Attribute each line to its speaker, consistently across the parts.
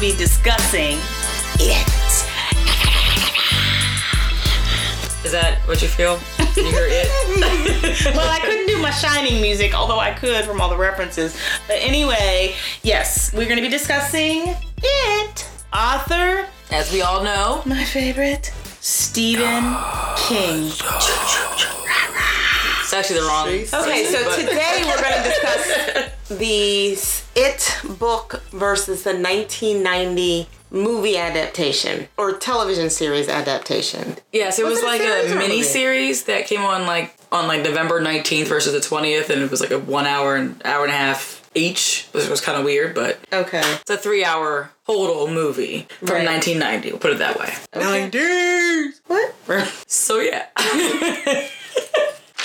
Speaker 1: be discussing it.
Speaker 2: Is that what you feel? You hear it?
Speaker 1: well, I couldn't do my shining music, although I could from all the references. But anyway, yes, we're going to be discussing it. Author,
Speaker 2: As we all know,
Speaker 1: my favorite, Stephen King.
Speaker 2: it's actually the wrong. Oh,
Speaker 1: Okay,
Speaker 2: person,
Speaker 1: so
Speaker 2: but-
Speaker 1: today we're going to discuss
Speaker 3: the It book versus the 1990 movie adaptation or television series adaptation.
Speaker 2: Yes, it was,
Speaker 3: it a
Speaker 2: like a,
Speaker 3: series or a
Speaker 2: mini
Speaker 3: movie?
Speaker 2: series that came on like on like November nineteenth versus the twentieth, and it was like a one hour and hour and a half each, which was kind of weird, but
Speaker 3: Okay.
Speaker 2: it's a three hour total movie from
Speaker 3: Right.
Speaker 2: nineteen ninety. We'll put it that way.
Speaker 3: What?
Speaker 2: So yeah,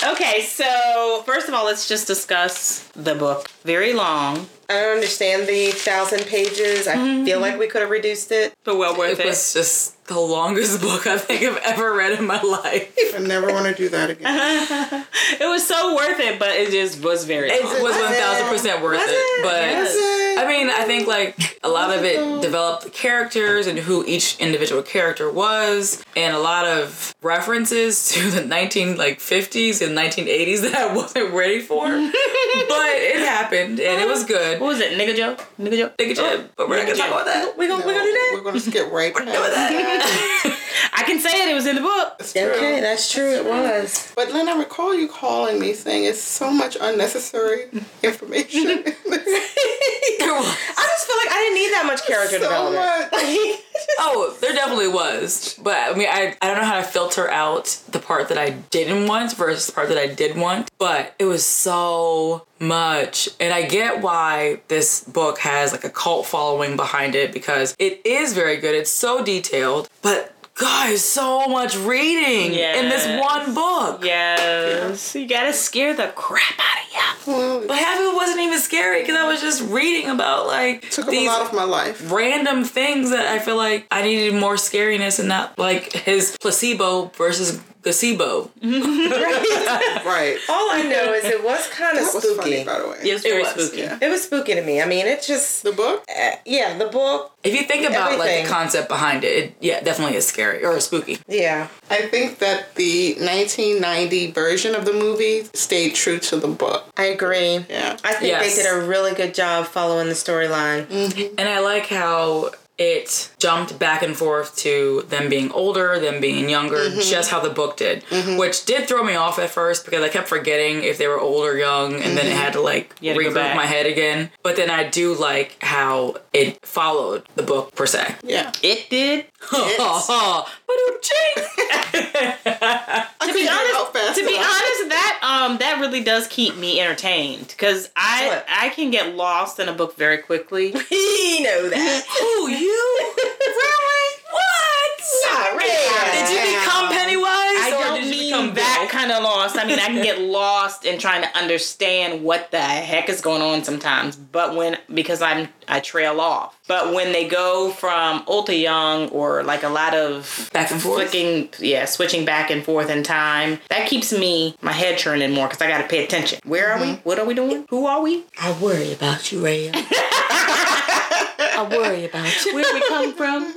Speaker 1: Okay, so first of all, let's just discuss the book. Very long,
Speaker 3: I don't understand the thousand pages. I feel like we could have reduced it.
Speaker 1: but well worth
Speaker 2: it
Speaker 1: it.
Speaker 2: was just the longest book I think I've ever read in my life.
Speaker 4: I never want to do that again.
Speaker 1: It was so worth it, but it just was very
Speaker 2: It
Speaker 1: long.
Speaker 2: was one thousand percent worth it, but. I mean, I think like a lot of it developed the characters and who each individual character was, and a lot of references to the nineteen like fifties and nineteen eighties that I wasn't ready for. but it happened, and it was good.
Speaker 1: What was it? Nigga Joe? Nigga Joe?
Speaker 2: Think it, but we're not gonna talk about that.
Speaker 1: We gonna, we gonna do that?
Speaker 4: We're gonna skip right past that.
Speaker 1: I can say it. It was in the book.
Speaker 4: It's true.
Speaker 3: Okay, that's true. It was.
Speaker 4: But Lynn, I recall you calling me saying it's so much unnecessary information.
Speaker 3: I just feel like I didn't need that much character
Speaker 4: so much.
Speaker 2: Oh, there definitely was. But I mean, I, I don't know how to filter out the part that I didn't want versus the part that I did want. But it was so much. And I get why this book has like a cult following behind it because it is very good. It's so detailed. But guys, so much reading in this
Speaker 1: Yes.
Speaker 2: one book.
Speaker 1: Yes. You gotta scare the crap out of you.
Speaker 2: But half of it wasn't even scary because I was just reading about like
Speaker 4: Took up a
Speaker 2: these
Speaker 4: lot of my life.
Speaker 2: random things that I feel like I needed more scariness and not like his placebo versus gazebo.
Speaker 4: Right.
Speaker 3: All I know is it was kind of
Speaker 4: That was funny,
Speaker 3: spooky.
Speaker 4: by the way.
Speaker 1: It was very
Speaker 2: was,
Speaker 1: spooky.
Speaker 4: yeah.
Speaker 3: It was spooky to me. I mean, it just, eh,
Speaker 4: The book?
Speaker 3: yeah, the book,
Speaker 2: If you think about like
Speaker 3: Everything.
Speaker 2: the concept behind it, it, yeah, it definitely is scary or spooky.
Speaker 3: yeah.
Speaker 4: I think that the 1990 version of the movie stayed true to the book.
Speaker 3: I agree.
Speaker 4: Yeah.
Speaker 3: I think
Speaker 2: Yes.
Speaker 3: they did a really good job following the storyline.
Speaker 2: And I like how it jumped back and forth to them being older, them being younger, just how the book did, which did throw me off at first because I kept forgetting if they were old or young, and then it had to like
Speaker 1: had to go
Speaker 2: regroup
Speaker 1: back.
Speaker 2: my head again. But then I do like how it followed the book per se.
Speaker 4: Yeah.
Speaker 1: It did.
Speaker 2: Ba-dum-ching.
Speaker 1: To be
Speaker 4: out fast
Speaker 1: honest, to be
Speaker 4: enough.
Speaker 1: honest, that um that really does keep me entertained because I
Speaker 3: What?
Speaker 1: I can get lost in a book very quickly.
Speaker 3: He know that.
Speaker 2: Who you? really? What?
Speaker 3: Not really.
Speaker 2: Did you become Pennywise?
Speaker 1: I
Speaker 2: or
Speaker 1: don't
Speaker 2: did you
Speaker 1: mean
Speaker 2: become
Speaker 1: that
Speaker 2: Bill?
Speaker 1: kind of lost. I mean, I can get lost in trying to understand what the heck is going on sometimes. But when because I'm I trail off. But when they go from old to young, or like a lot of
Speaker 2: Back and forth.
Speaker 1: flicking, yeah, switching back and forth in time, that keeps me my head churning more because I got to pay attention. Where are we? What are we doing? Who are we?
Speaker 3: Mm-hmm. I worry about you, Ray. I worry about you.
Speaker 1: Where we come from?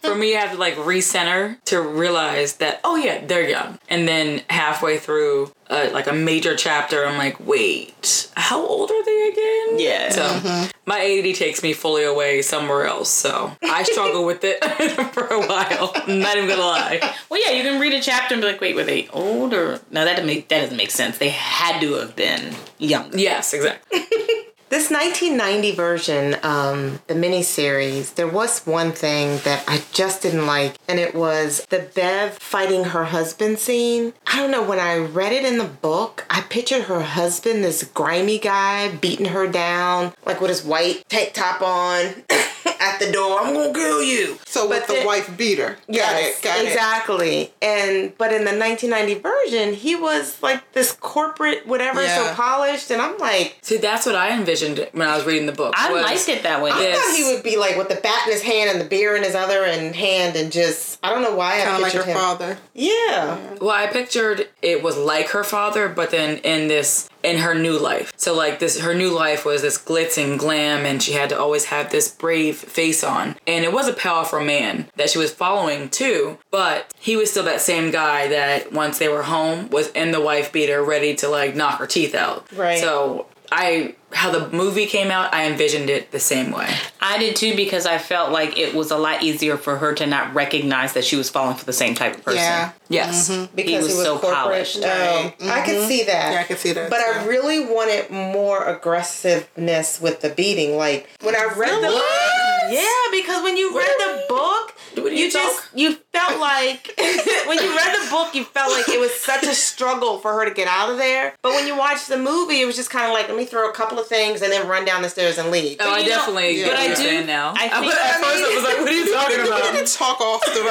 Speaker 2: For me, I have to like recenter to realize that oh yeah, they're young, and then halfway through uh, like a major chapter, I'm like, wait, how old are they again?
Speaker 1: Yeah.
Speaker 2: So my ADD takes me fully away somewhere else. So I struggle with it for a while. Not even gonna lie.
Speaker 1: Well, yeah, you can read a chapter and be like, wait, were they older? No, that doesn't make that doesn't make sense. They had to have been young.
Speaker 2: Yes, exactly.
Speaker 3: This 1990 version, um, the miniseries, there was one thing that I just didn't like, and it was the Bev fighting her husband scene. I don't know, when I read it in the book, I pictured her husband, this grimy guy, beating her down, like with his white tank top on at the door. I'm gonna kill you.
Speaker 4: So with
Speaker 3: But
Speaker 4: the
Speaker 3: the-
Speaker 4: wife beater.
Speaker 3: Yes,
Speaker 4: got it. Got it.
Speaker 3: exactly. And but in the 1990 version, he was like this corporate whatever,
Speaker 4: Yeah.
Speaker 3: so polished, and I'm like,
Speaker 2: See, that's what I envisioned when I was reading the book.
Speaker 1: I
Speaker 2: was-
Speaker 1: liked it that way.
Speaker 3: I
Speaker 2: Yes.
Speaker 3: thought he would be like with the bat in his hand and the beer in his other and hand, and just I don't know why I
Speaker 4: Kind of like
Speaker 3: pictured
Speaker 4: her
Speaker 3: him.
Speaker 4: father.
Speaker 3: Yeah,
Speaker 2: Well, I pictured it was like her father, but then in this in her new life. So like this her new life was this glitz and glam and she had to always have this brave face on. And it was a powerful man that she was following too, but he was still that same guy that once they were home was in the wife beater ready to like knock her teeth out.
Speaker 3: Right.
Speaker 2: So I how the movie came out, I envisioned it the same way.
Speaker 1: I did too because I felt like it was a lot easier for her to not recognize that she was falling for the same type of person.
Speaker 4: Yeah.
Speaker 2: Yes.
Speaker 3: because
Speaker 1: He was so
Speaker 3: corporate.
Speaker 1: polished.
Speaker 3: Oh, I could see that.
Speaker 4: Yeah, I could see that,
Speaker 3: But I
Speaker 4: too.
Speaker 3: really wanted more aggressiveness with the beating. Like when I read the book, yeah, because when you read the book,
Speaker 2: What do you
Speaker 3: you just you felt like when you read the book, you felt like it was such a struggle for her to get out of there. But when you watched the movie, it was just kind of like let me throw a couple of things and then run down the stairs and leave.
Speaker 2: Oh, I
Speaker 1: you know-
Speaker 2: definitely get
Speaker 4: Yeah. but
Speaker 2: what
Speaker 4: I
Speaker 2: you're
Speaker 1: do-
Speaker 2: saying now.
Speaker 1: I think-
Speaker 2: at
Speaker 1: I
Speaker 2: first I was like, what are you talking
Speaker 4: We're
Speaker 2: about?
Speaker 4: gonna talk off the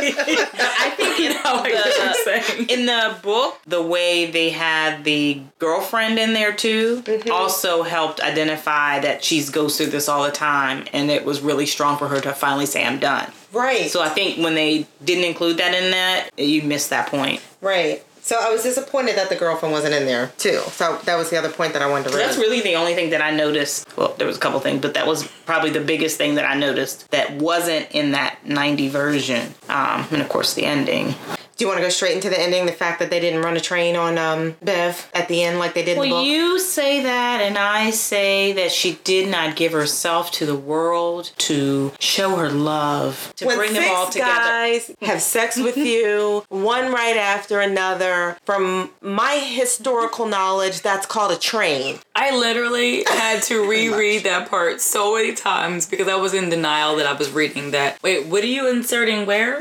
Speaker 4: record.
Speaker 1: I think in
Speaker 2: I get what
Speaker 1: the,
Speaker 2: you're saying.
Speaker 1: in the book, the way they had the girlfriend in there too also helped identify that she's goes through this all the time, and it was really strong for her to finally say, "I'm done."
Speaker 3: Right.
Speaker 1: So I think when they didn't include that in that, you missed that point.
Speaker 3: right. So I was disappointed that the girlfriend wasn't in there too. So that was the other point that I wanted to raise.
Speaker 1: That's really the only thing that I noticed. Well, there was a couple things, but that was probably the biggest thing that I noticed that wasn't in that 90 version. Um, and of course, the ending.
Speaker 3: Do you want to go straight into the ending? The fact that they didn't run a train on um, Bev at the end like they did in the
Speaker 1: Well,
Speaker 3: book.
Speaker 1: you say that, and I say that she did not give herself to the world to show her love, to
Speaker 3: when
Speaker 1: bring
Speaker 3: six
Speaker 1: them all together.
Speaker 3: guys have sex with you, one right after another, from my historical knowledge, that's called a train.
Speaker 2: I literally had to reread that part so many times because I was in denial that I was reading that. Wait, what are you inserting where?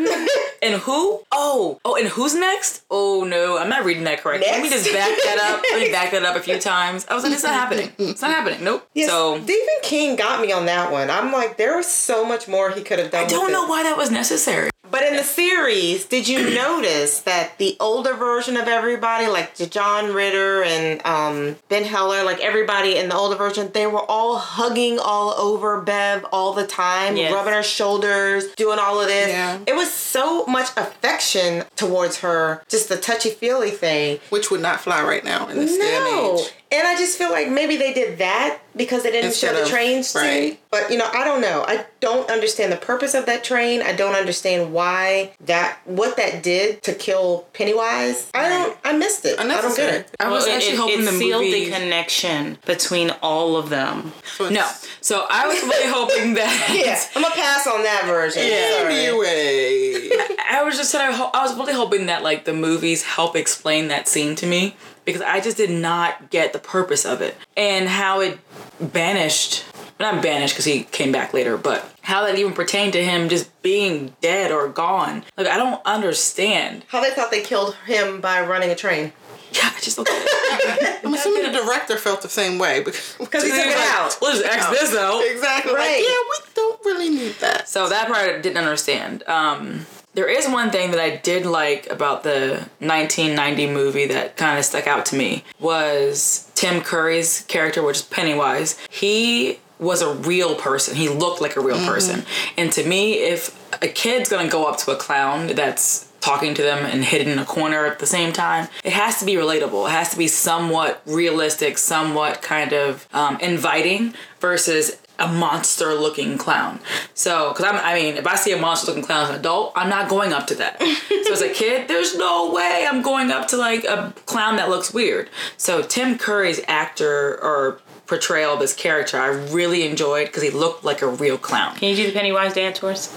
Speaker 2: and who? Oh, oh, and who's next? Oh no, I'm not reading that correctly. Let me
Speaker 3: Next.
Speaker 2: just back that up. Let me back that up a few times. I was like, it's not happening. It's not happening. Nope. so
Speaker 3: Stephen King got me on that one. I'm like, there was so much more he could have done.
Speaker 2: I don't
Speaker 3: with
Speaker 2: know
Speaker 3: it.
Speaker 2: why that was necessary.
Speaker 3: But in the series, did you notice that the older version of everybody, like the John Ritter and um, Ben Heller, like everybody in the older version, they were all hugging all over Bev all the time,
Speaker 1: Yes.
Speaker 3: rubbing her shoulders, doing all of this.
Speaker 4: Yeah.
Speaker 3: It was so much affection towards her, just the touchy feely thing.
Speaker 4: Which would not fly right now in this day and
Speaker 3: No.
Speaker 4: age.
Speaker 3: And I just feel like maybe they did that because they didn't
Speaker 4: Instead
Speaker 3: show the
Speaker 4: of-
Speaker 3: train scene.
Speaker 4: right.
Speaker 3: But you know, I don't know. I don't understand the purpose of that train. I don't understand why that what that did to kill Pennywise. I don't I missed it. I don't get
Speaker 4: Unnecessary.
Speaker 3: it.
Speaker 2: I was
Speaker 1: Well, it-
Speaker 2: actually
Speaker 1: it,
Speaker 2: hoping
Speaker 1: it
Speaker 2: the
Speaker 1: sealed
Speaker 2: movie.
Speaker 1: the connection between all of them.
Speaker 4: So it's-
Speaker 2: no, so I was really hoping that.
Speaker 3: Yeah. I'm gonna pass on that version. Sorry.
Speaker 4: Anyway.
Speaker 2: I was just kind of, ho- I was really hoping that like the movies help explain that scene to me because I just did not get the purpose of it and how it banished, not banished because he came back later, but how that even pertained to him just being dead or gone. Like I don't understand.
Speaker 3: How they thought they killed him by running a train.
Speaker 2: Yeah, I just don't. Get it.
Speaker 4: I'm assuming the director felt the same way because
Speaker 3: Because he took it out.
Speaker 2: Well, just X this out.
Speaker 4: Exactly.
Speaker 3: Right.
Speaker 4: Like, yeah, we don't really need that.
Speaker 2: So that part I didn't understand. Um, there is one thing that I did like about the 1990 movie that kind of stuck out to me was Tim Curry's character, which is Pennywise. He was a real person. He looked like a real person. And to me, if a kid's gonna go up to a clown that's talking to them and hidden in a corner at the same time, it has to be relatable. It has to be somewhat realistic, somewhat kind of um, inviting versus a monster looking clown. So, because I'm, I mean, if I see a monster looking clown as an adult, I'm not going up to that. so, as a kid, there's no way I'm going up to like a clown that looks weird. So, Tim Curry's actor or portrayal of this character, I really enjoyed because he looked like a real clown.
Speaker 1: Can you do the Pennywise dance for us?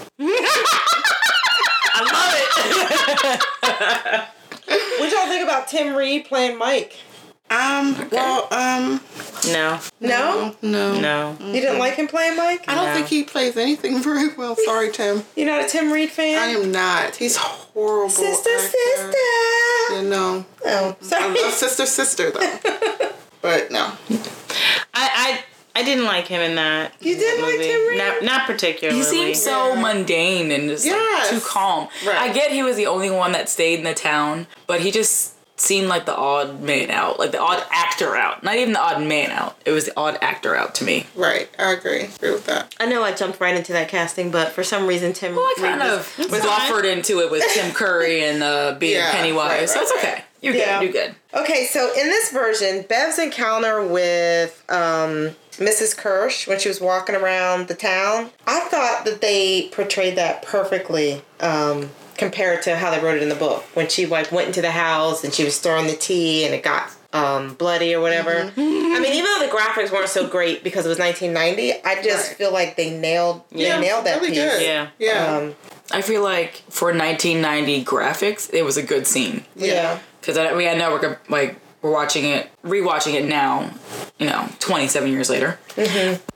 Speaker 2: I love it.
Speaker 3: What y'all think about Tim Reed playing Mike?
Speaker 4: Um. Well. Um.
Speaker 1: No,
Speaker 3: No?
Speaker 4: No.
Speaker 1: no.
Speaker 3: You didn't like him playing Mike?
Speaker 4: I don't think he plays anything very well. Sorry, Tim.
Speaker 3: You're not a Tim Reed fan?
Speaker 4: I am not. He's horrible.
Speaker 3: sister,
Speaker 4: actor.
Speaker 3: sister.
Speaker 4: Yeah, no.
Speaker 3: Oh,
Speaker 4: I
Speaker 3: sorry.
Speaker 4: love sister, sister though. But no.
Speaker 1: I, I, I didn't like him in that.
Speaker 3: You didn't like
Speaker 1: movie.
Speaker 3: Tim Reed?
Speaker 1: Not, not particularly.
Speaker 2: He seemed so mundane and just like,
Speaker 4: Yes.
Speaker 2: too calm.
Speaker 4: Right.
Speaker 2: I get he was the only one that stayed in the town, but he just seemed like the odd man out, like the odd actor out. Not even the odd man out. It was the odd actor out to me.
Speaker 4: Right, I agree. Agree with that.
Speaker 3: I know I jumped right into that casting, but for some reason Tim
Speaker 2: Well, I
Speaker 3: Reed
Speaker 2: kind
Speaker 3: was-
Speaker 2: of was offered into it with Tim Curry and uh, being
Speaker 4: Yeah,
Speaker 2: Pennywise,
Speaker 4: right,
Speaker 2: so it's
Speaker 4: right,
Speaker 2: okay. You're
Speaker 3: Yeah.
Speaker 2: good. You're good.
Speaker 3: Okay, so in this version, Bev's encounter with um, Mrs. Kirsch when she was walking around the town, I thought that they portrayed that perfectly um, compared to how they wrote it in the book. When she like went into the house and she was stirring the tea and it got um, bloody or whatever. I mean, even though the graphics weren't so great because it was 1990, I just
Speaker 4: Right.
Speaker 3: feel like they nailed
Speaker 1: Yeah,
Speaker 3: they nailed that
Speaker 4: really
Speaker 3: piece.
Speaker 4: good.
Speaker 1: Yeah.
Speaker 4: Yeah.
Speaker 3: Um,
Speaker 2: I feel like for 1990 graphics, it was a good scene.
Speaker 3: yeah.
Speaker 2: Because I, I mean, I know we're gonna- like we're watching it, rewatching it now. You know, 27 years later.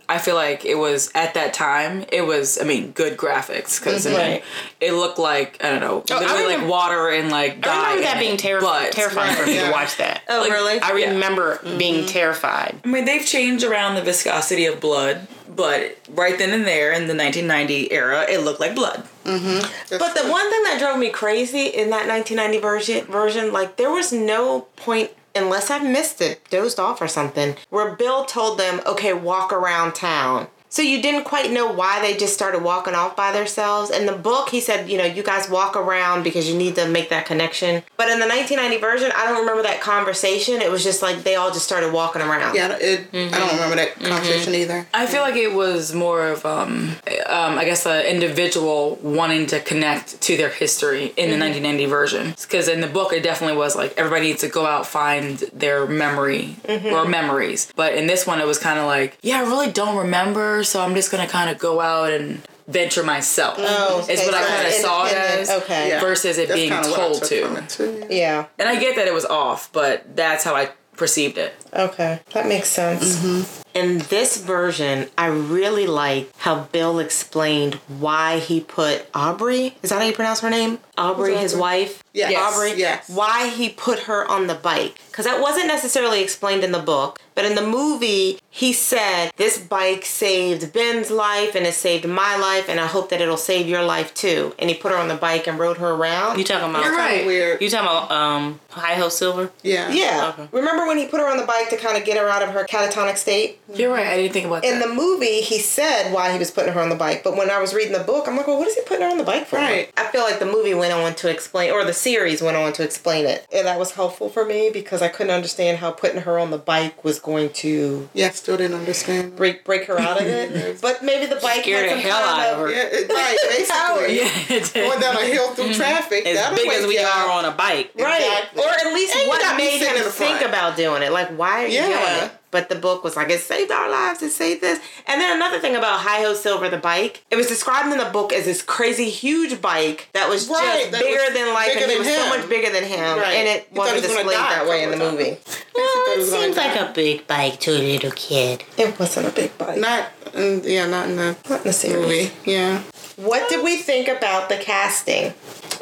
Speaker 2: I feel like it was at that time. It was, I mean, good graphics because I mean,
Speaker 1: Right.
Speaker 2: it looked like I don't know,
Speaker 1: Oh, I
Speaker 2: literally like
Speaker 1: remember-
Speaker 2: water and like dye.
Speaker 1: I remember
Speaker 2: in
Speaker 1: that
Speaker 2: it.
Speaker 1: being terri-
Speaker 2: But-
Speaker 1: terrifying for me
Speaker 4: Yeah.
Speaker 1: to watch that.
Speaker 3: Oh,
Speaker 2: Like,
Speaker 3: really?
Speaker 1: I remember being terrified.
Speaker 2: I mean, they've changed around the viscosity of blood, but right then and there in the 1990 era, it looked like blood.
Speaker 3: But the one thing that drove me crazy in that 1990 version, version, like there was no point, unless I missed it, dozed off or something, where Bill told them, "Okay, walk around town." So you didn't quite know why they just started walking off by themselves. In the book, he said, "You know, you guys walk around because you need to make that connection." But in the 1990 version, I don't remember that conversation. It was just like they all just started walking around.
Speaker 4: yeah, it, I don't remember that conversation either.
Speaker 2: I feel like it was more of, um, um, I guess, an individual wanting to connect to their history in the 1990 version. Because in the book, it definitely was like everybody needs to go out find their memory or memories. But in this one, it was kind of like, yeah, I really don't remember, so I'm just gonna kind of go out and venture myself.
Speaker 3: Oh,
Speaker 2: is what I
Speaker 3: okay, so
Speaker 2: kind of
Speaker 3: it's
Speaker 2: saw it
Speaker 3: independent,
Speaker 2: as.
Speaker 3: okay. Yeah.
Speaker 2: Versus it
Speaker 4: That's
Speaker 2: being
Speaker 4: kinda what I
Speaker 2: told
Speaker 4: took
Speaker 2: to.
Speaker 4: from it, too, yeah.
Speaker 3: Yeah.
Speaker 2: And I get that it was off, but that's how I perceived it.
Speaker 3: Okay, that makes sense. Mm-hmm. In this version, I really like how Bill explained why he put Aubrey. Is that how you pronounce her name? Aubrey, his wife.
Speaker 4: Yes,
Speaker 3: Aubrey.
Speaker 4: yes.
Speaker 3: Why he put her on the bike? Because that wasn't necessarily explained in the book, but in the movie, he said this bike saved Ben's life and it saved my life, and I hope that it'll save your life too. And he put her on the bike and rode her around.
Speaker 1: You talking about?
Speaker 4: Kinda
Speaker 2: right.
Speaker 4: Weird.
Speaker 1: You talking about um, high ho silver?
Speaker 4: yeah.
Speaker 3: yeah. Remember when he put her on the bike to kind of get her out of her catatonic state?
Speaker 2: You're right. I didn't think about
Speaker 3: in
Speaker 2: that.
Speaker 3: the movie he said why he was putting her on the bike but when i was reading the book i'm like well what is he putting her on the bike for
Speaker 4: Right.
Speaker 3: i feel like the movie went on to explain or the series went on to explain it and that was helpful for me because i couldn't understand how putting her on the bike was going to
Speaker 4: Yeah, still didn't understand.
Speaker 3: break break her out of it but maybe the bike
Speaker 1: Scared
Speaker 3: had
Speaker 1: the
Speaker 3: some
Speaker 1: hell
Speaker 3: kind
Speaker 1: out of her.
Speaker 4: Yeah, it, right, basically. Going down a hill through traffic.
Speaker 1: As
Speaker 4: that'll
Speaker 1: big as
Speaker 4: wake
Speaker 1: we
Speaker 4: you
Speaker 1: are
Speaker 4: up.
Speaker 1: on a bike.
Speaker 3: Right.
Speaker 4: Exactly.
Speaker 3: Or at least
Speaker 4: And you
Speaker 3: what
Speaker 4: got me
Speaker 3: made
Speaker 4: sitting
Speaker 3: him
Speaker 4: in the
Speaker 3: think
Speaker 4: front.
Speaker 3: about doing it. Like, why are you
Speaker 4: Yeah.
Speaker 3: doing it? But the book was like, it saved our lives, it saved this. And then another thing about Hi Ho Silver, the bike, it was described in the book as this crazy huge bike that was
Speaker 4: Right,
Speaker 3: just
Speaker 4: that
Speaker 3: bigger
Speaker 4: was
Speaker 3: than life
Speaker 4: bigger
Speaker 3: and it
Speaker 4: than
Speaker 3: was so
Speaker 4: him.
Speaker 3: much bigger than him.
Speaker 4: Right.
Speaker 3: And
Speaker 4: He
Speaker 3: it
Speaker 4: thought
Speaker 3: wasn't
Speaker 4: he was gonna
Speaker 3: displayed
Speaker 4: die
Speaker 3: that way in the
Speaker 4: a couple of
Speaker 3: movie.
Speaker 1: Well,
Speaker 4: it
Speaker 1: it
Speaker 4: was gonna
Speaker 1: seems
Speaker 4: die.
Speaker 1: like a big bike to a little kid.
Speaker 3: It wasn't a big bike.
Speaker 4: Not, in, yeah, not in the
Speaker 3: Not in the series.
Speaker 4: movie. Yeah.
Speaker 3: What did we think about the casting?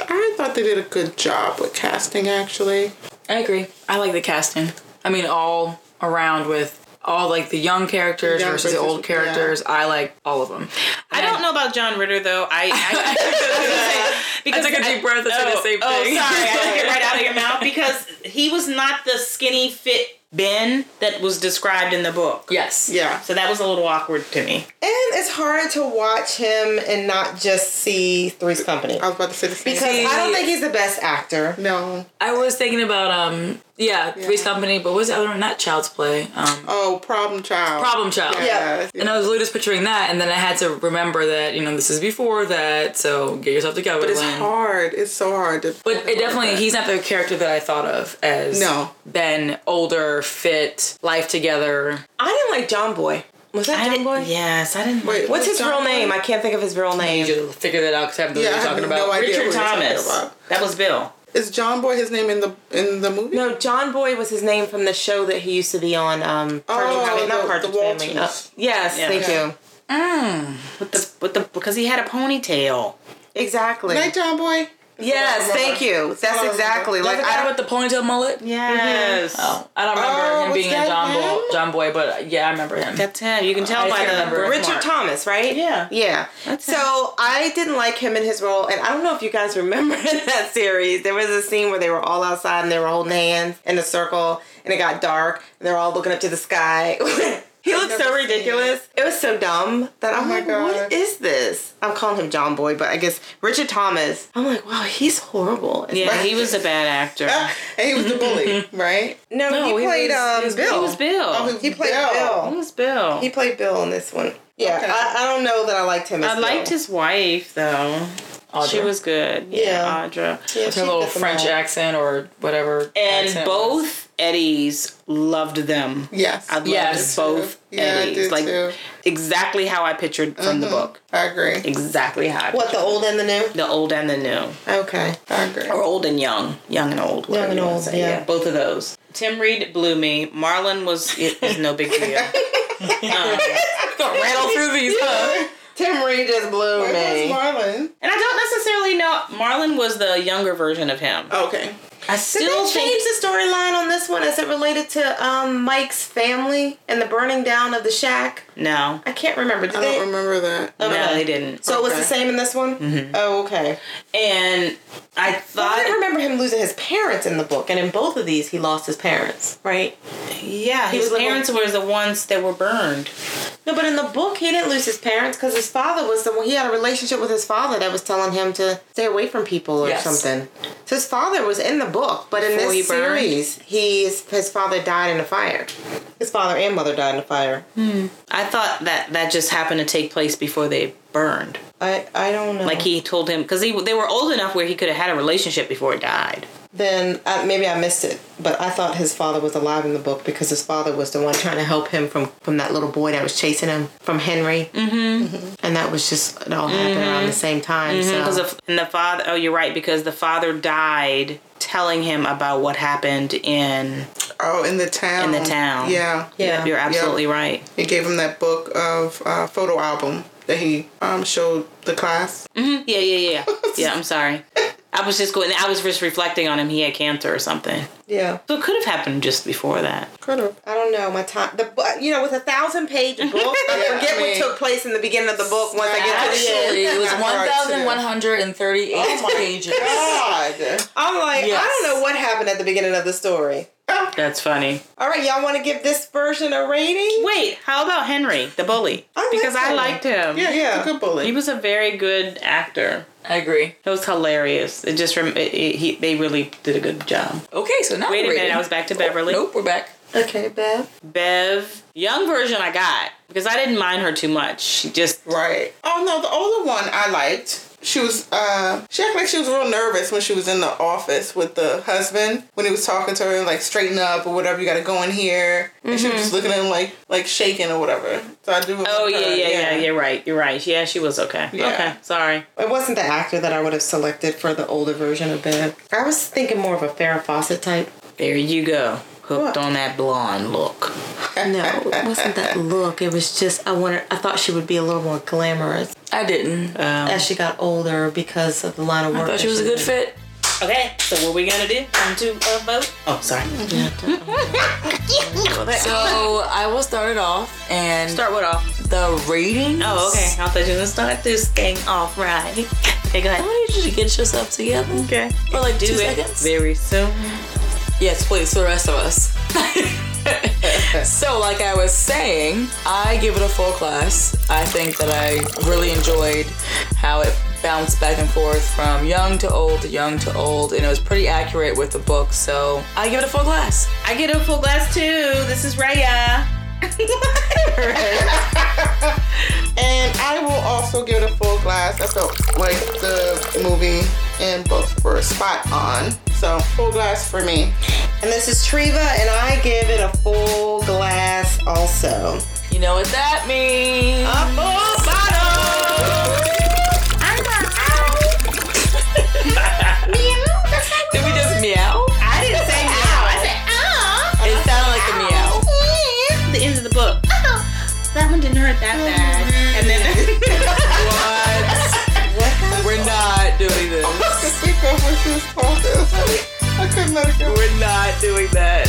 Speaker 4: I thought they did a good job with casting, actually.
Speaker 2: I agree. I like the casting. I mean, all around with all like the young characters
Speaker 4: Young
Speaker 2: versus the
Speaker 4: versus-
Speaker 2: old characters. I like all of them.
Speaker 1: I don't know about John Ritter though. I, I
Speaker 2: I took a deep breath and said the same
Speaker 1: oh, sorry,
Speaker 2: thing.
Speaker 1: I took it right out of your mouth because he was not the skinny fit Ben that was described in the book.
Speaker 2: Yes.
Speaker 4: Yeah.
Speaker 1: So that was a little awkward to me.
Speaker 3: And it's hard to watch him and not just see Three's Company.
Speaker 4: I was about to say the same
Speaker 3: Because
Speaker 4: thing.
Speaker 3: I don't think he's the best actor.
Speaker 4: No.
Speaker 2: I was thinking about um yeah, Three's Company, but what was the other one? Not Child's Play. Um,
Speaker 4: Oh, Problem Child.
Speaker 2: Problem Child.
Speaker 4: Yes.
Speaker 2: And I was literally just picturing that, and then I had to remember that you know this is before that, so get yourself together.
Speaker 4: But it's
Speaker 2: Lynn.
Speaker 4: hard. It's so hard to.
Speaker 2: But it definitely, he's not the character that I thought of as
Speaker 4: No.
Speaker 2: Ben, older, fit, life together.
Speaker 3: I didn't like John Boy. Was that John Boy?
Speaker 1: Yes, I didn't.
Speaker 4: Wait,
Speaker 3: What's his
Speaker 4: John
Speaker 3: real
Speaker 4: Boy?
Speaker 3: name? I can't think of his real
Speaker 2: You
Speaker 3: name.
Speaker 2: should figure that out because I have no
Speaker 4: Yeah,
Speaker 2: idea
Speaker 4: I
Speaker 2: what you're
Speaker 4: have
Speaker 2: talking
Speaker 4: no
Speaker 2: about.
Speaker 4: idea.
Speaker 1: Richard
Speaker 4: what you're talking
Speaker 1: Thomas.
Speaker 4: about.
Speaker 1: That was Bill.
Speaker 4: Is John Boy his name in the in the movie?
Speaker 3: No, John Boy was his name from the show that he used to be on. Um, Partridge
Speaker 4: Oh,
Speaker 3: Family, not
Speaker 4: the-
Speaker 3: Partridge
Speaker 4: the
Speaker 3: Family. Uh,
Speaker 4: Waltons.
Speaker 3: yes,
Speaker 1: Yeah.
Speaker 3: thank
Speaker 4: Okay.
Speaker 3: you.
Speaker 2: Mm.
Speaker 1: With the with the because he had a ponytail.
Speaker 3: Exactly.
Speaker 4: Night John Boy.
Speaker 3: Yes, thank you. That's
Speaker 4: Hello,
Speaker 3: exactly
Speaker 2: The
Speaker 3: like
Speaker 2: guy
Speaker 3: I
Speaker 2: with the ponytail mullet.
Speaker 1: Yes.
Speaker 2: Oh, I don't remember
Speaker 4: Oh,
Speaker 2: him
Speaker 4: was
Speaker 2: being in
Speaker 4: that
Speaker 2: John Boy,
Speaker 4: him?
Speaker 2: John Boy, but uh, yeah, I remember him.
Speaker 1: That's him. You can tell
Speaker 2: I
Speaker 1: by
Speaker 2: can't
Speaker 1: the.
Speaker 2: remember.
Speaker 3: Richard
Speaker 2: Mark.
Speaker 3: Thomas, right?
Speaker 1: Yeah.
Speaker 3: Yeah.
Speaker 1: That's
Speaker 3: so I didn't like him in his role, and I don't know if you guys remember that series. There was a scene where they were all outside and they were holding hands in a circle, and it got dark, and they're all looking up to the sky. he looked so
Speaker 4: never seen
Speaker 3: ridiculous. It was so dumb that
Speaker 1: Oh
Speaker 3: I'm like, what
Speaker 4: God.
Speaker 3: is this? I'm calling him John Boy, but I guess Richard Thomas. I'm like, wow, he's horrible. It's
Speaker 1: Yeah,
Speaker 3: like-
Speaker 1: he was a bad actor.
Speaker 4: and he was the bully, right?
Speaker 3: no,
Speaker 1: No,
Speaker 3: he
Speaker 1: he
Speaker 3: played
Speaker 1: was-
Speaker 3: um,
Speaker 1: he was-
Speaker 3: Bill.
Speaker 1: He was Bill. Oh,
Speaker 3: He played Bill.
Speaker 1: He was Bill.
Speaker 3: He played Bill in this one. Yeah,
Speaker 4: Okay.
Speaker 3: I, I don't know that I liked him. As
Speaker 1: I liked
Speaker 3: Bill.
Speaker 1: his wife though.
Speaker 2: Audra.
Speaker 1: She was good. Yeah,
Speaker 4: Yeah.
Speaker 1: Audra.
Speaker 4: Yeah,
Speaker 2: with
Speaker 4: she
Speaker 2: her little
Speaker 4: fit them
Speaker 2: French
Speaker 4: all.
Speaker 2: accent or whatever.
Speaker 1: And
Speaker 2: accent was.
Speaker 1: both Eddies loved them.
Speaker 4: Yes.
Speaker 1: I loved
Speaker 2: Yes.
Speaker 1: both
Speaker 4: Yeah, I
Speaker 1: Eddies.
Speaker 4: did
Speaker 1: like
Speaker 4: too.
Speaker 1: exactly how I pictured from the book.
Speaker 4: I agree.
Speaker 1: Exactly how. I
Speaker 3: What the
Speaker 1: pictured.
Speaker 3: old and the new?
Speaker 1: The old and the new,
Speaker 3: Okay.
Speaker 4: I agree.
Speaker 1: or old and young, young and old, whatever
Speaker 3: and
Speaker 1: you wanna
Speaker 3: old,
Speaker 1: say.
Speaker 3: yeah.
Speaker 1: both of those. Tim Reed blew me. Marlon was it was no big deal. Um,
Speaker 2: rattle through these, huh?
Speaker 3: Tim Reed just
Speaker 4: Oh,
Speaker 1: Oh,
Speaker 3: blew
Speaker 4: Where was
Speaker 3: me.
Speaker 4: Marlon?
Speaker 1: and I don't necessarily know Marlon was the younger version of him.
Speaker 4: Okay.
Speaker 1: I
Speaker 3: Did
Speaker 1: still
Speaker 3: they
Speaker 1: think
Speaker 3: change the storyline on this one as it related to um, Mike's family and the burning down of the shack?
Speaker 1: no,
Speaker 3: I can't remember. Did
Speaker 4: I
Speaker 3: they?
Speaker 4: don't remember that.
Speaker 1: no, they didn't.
Speaker 3: So it was the
Speaker 4: Okay.
Speaker 3: same in this one? Oh, okay.
Speaker 1: and I
Speaker 3: Well,
Speaker 1: thought,
Speaker 3: I remember him losing his parents in the book, and in both of these, he lost his parents, right?
Speaker 1: yeah, his
Speaker 3: was like-
Speaker 1: parents were the ones that were burned.
Speaker 3: No, but in the book, he didn't lose his parents because his father was the one. He had a relationship with his father that was telling him to stay away from people or
Speaker 2: Yes.
Speaker 3: something. So his father was in the book, but in
Speaker 1: Before
Speaker 3: this
Speaker 1: he burned?
Speaker 3: series, he's his father died in a fire. His father and mother died in a fire.
Speaker 1: I thought that that just happened to take place before they burned.
Speaker 3: I I don't know.
Speaker 1: Like he told him because he they were old enough where he could have had a relationship before he died.
Speaker 3: then uh, maybe I missed it, but I thought his father was alive in the book because his father was the one trying to help him from from that little boy that was chasing him from Henry. Mm-hmm. And that was just it all happened around the same time.
Speaker 1: Because
Speaker 3: So
Speaker 1: Mm-hmm. of and the father. Oh, you're right. Because the father died telling him about what happened in.
Speaker 4: Oh, in the town.
Speaker 1: In the town.
Speaker 4: Yeah.
Speaker 3: Yeah.
Speaker 1: You're absolutely right.
Speaker 4: He gave him that book of uh, photo album that he um, showed the class.
Speaker 1: Yeah, yeah, yeah. yeah, I'm sorry. I was just going. I was just reflecting on him. He had cancer or something.
Speaker 3: yeah.
Speaker 1: So it could have happened just before that.
Speaker 4: Could have.
Speaker 3: I don't know my time. The bu- you know with a thousand page book, I
Speaker 4: Yeah,
Speaker 3: forget
Speaker 4: I
Speaker 3: what
Speaker 4: mean-
Speaker 3: took place in the beginning of the book. Once I get to the end,
Speaker 2: Actually, it was
Speaker 4: Yeah.
Speaker 2: 1,138 pages.
Speaker 4: Oh God.
Speaker 3: I'm like, I
Speaker 2: Yes.
Speaker 3: don't know what happened at the beginning of the story.
Speaker 1: That's funny.
Speaker 3: All right, y'all want to give this version a rating?
Speaker 1: Wait, how about Henry, the bully?
Speaker 3: I liked
Speaker 1: because I
Speaker 3: him.
Speaker 1: liked him.
Speaker 4: Yeah, yeah. Good bully.
Speaker 1: He was a very good actor.
Speaker 2: I agree.
Speaker 1: It was hilarious. It just rem- it, it, he, they really did a good job.
Speaker 2: Okay, so now
Speaker 1: Wait a
Speaker 2: we're
Speaker 1: minute,
Speaker 2: ready.
Speaker 1: I was back to Beverly.
Speaker 2: Nope, we're back.
Speaker 3: Okay, Bev.
Speaker 1: Bev, young version I got because I didn't mind her too much. She just
Speaker 4: Right. Oh no, the older one I liked. She was uh she acted like she was real nervous when she was in the office with the husband when he was talking to her like straighten up or whatever you gotta go in here and she was just looking at him like like shaking or whatever. So I do. remember
Speaker 1: Mm-hmm. Oh yeah,
Speaker 4: her,
Speaker 1: yeah, yeah, You're right. You're right. Yeah, she was okay.
Speaker 4: Yeah.
Speaker 1: Okay, sorry.
Speaker 3: It wasn't the actor that I would have selected for the older version of Bev. I was thinking more of a Farrah Fawcett type.
Speaker 1: There you go. Hooked on that blonde look.
Speaker 3: No, it wasn't that look. It was just I wanted. I thought she would be a little more glamorous
Speaker 2: I didn't.
Speaker 1: Um,
Speaker 3: as she got older because of the line of work.
Speaker 2: I thought
Speaker 3: that
Speaker 2: she was a good fit.
Speaker 1: okay, so what we gonna do? Come to a vote. Oh, sorry.
Speaker 2: So I will start it off and
Speaker 1: Start what off?
Speaker 2: the rating.
Speaker 1: Oh, okay. I thought you were gonna start this thing off right. Okay, go ahead.
Speaker 2: I need you to get yourself together
Speaker 1: Okay.
Speaker 2: for like
Speaker 1: Do
Speaker 2: two
Speaker 1: it
Speaker 2: seconds.
Speaker 1: very soon.
Speaker 2: Yes, please, for the rest of us. so, like I was saying, I give it a full class. I think that I really enjoyed how it bounced back and forth from young to old to young to old, and it was pretty accurate with the book, so I give it a full class.
Speaker 1: I get a full glass too. This is Raya.
Speaker 4: And I will also give it a full glass. I felt like the movie and book were spot on. So full glass for me.
Speaker 3: And this is Treva, and I give it a full glass also.
Speaker 2: You know what that means?
Speaker 3: A full bottle!
Speaker 2: Did we just meow?
Speaker 3: I didn't say
Speaker 1: I
Speaker 3: ow.
Speaker 1: said, ah.
Speaker 2: It sounded like a meow.
Speaker 1: The end of the book. Oh, that one didn't hurt that bad. And then.
Speaker 2: What? We're not doing this.
Speaker 4: Speaker this podcast. I couldn't let it go.
Speaker 2: We're not doing that.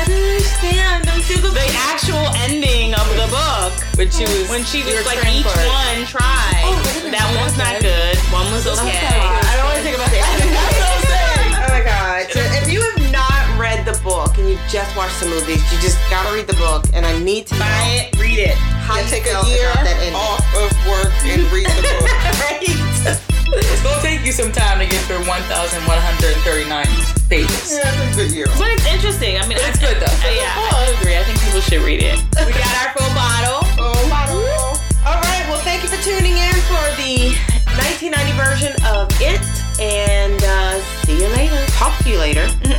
Speaker 3: I don't understand. Don't do the.
Speaker 1: The actual ending of the book
Speaker 2: But she was
Speaker 1: when she
Speaker 2: we
Speaker 1: was
Speaker 2: were
Speaker 1: like
Speaker 2: trained
Speaker 1: each
Speaker 2: for it.
Speaker 1: one tried.
Speaker 2: Oh,
Speaker 1: that one's not
Speaker 2: okay.
Speaker 1: good. One was okay.
Speaker 3: I don't want to think about that. oh my god! So if you have not read the book and you just watched the movies, you just gotta read the book. And I need to
Speaker 1: Buy
Speaker 3: know
Speaker 1: it, read it.
Speaker 3: how
Speaker 4: I
Speaker 3: you
Speaker 4: take
Speaker 3: felt
Speaker 4: a year
Speaker 3: about that ending.
Speaker 4: off of work and read the book.
Speaker 3: Right?
Speaker 2: It's gonna take you some time to get through 1,139 pages.
Speaker 4: yeah, that's a good year off.
Speaker 1: But it's interesting. I mean,
Speaker 2: It's good though.
Speaker 1: I, yeah, I agree. I think people should read it. We got our full bottle.
Speaker 4: Oh, wow.
Speaker 3: All right. Well, thank you for tuning in for the 1990 version of it, and uh, see you later. Talk to you later.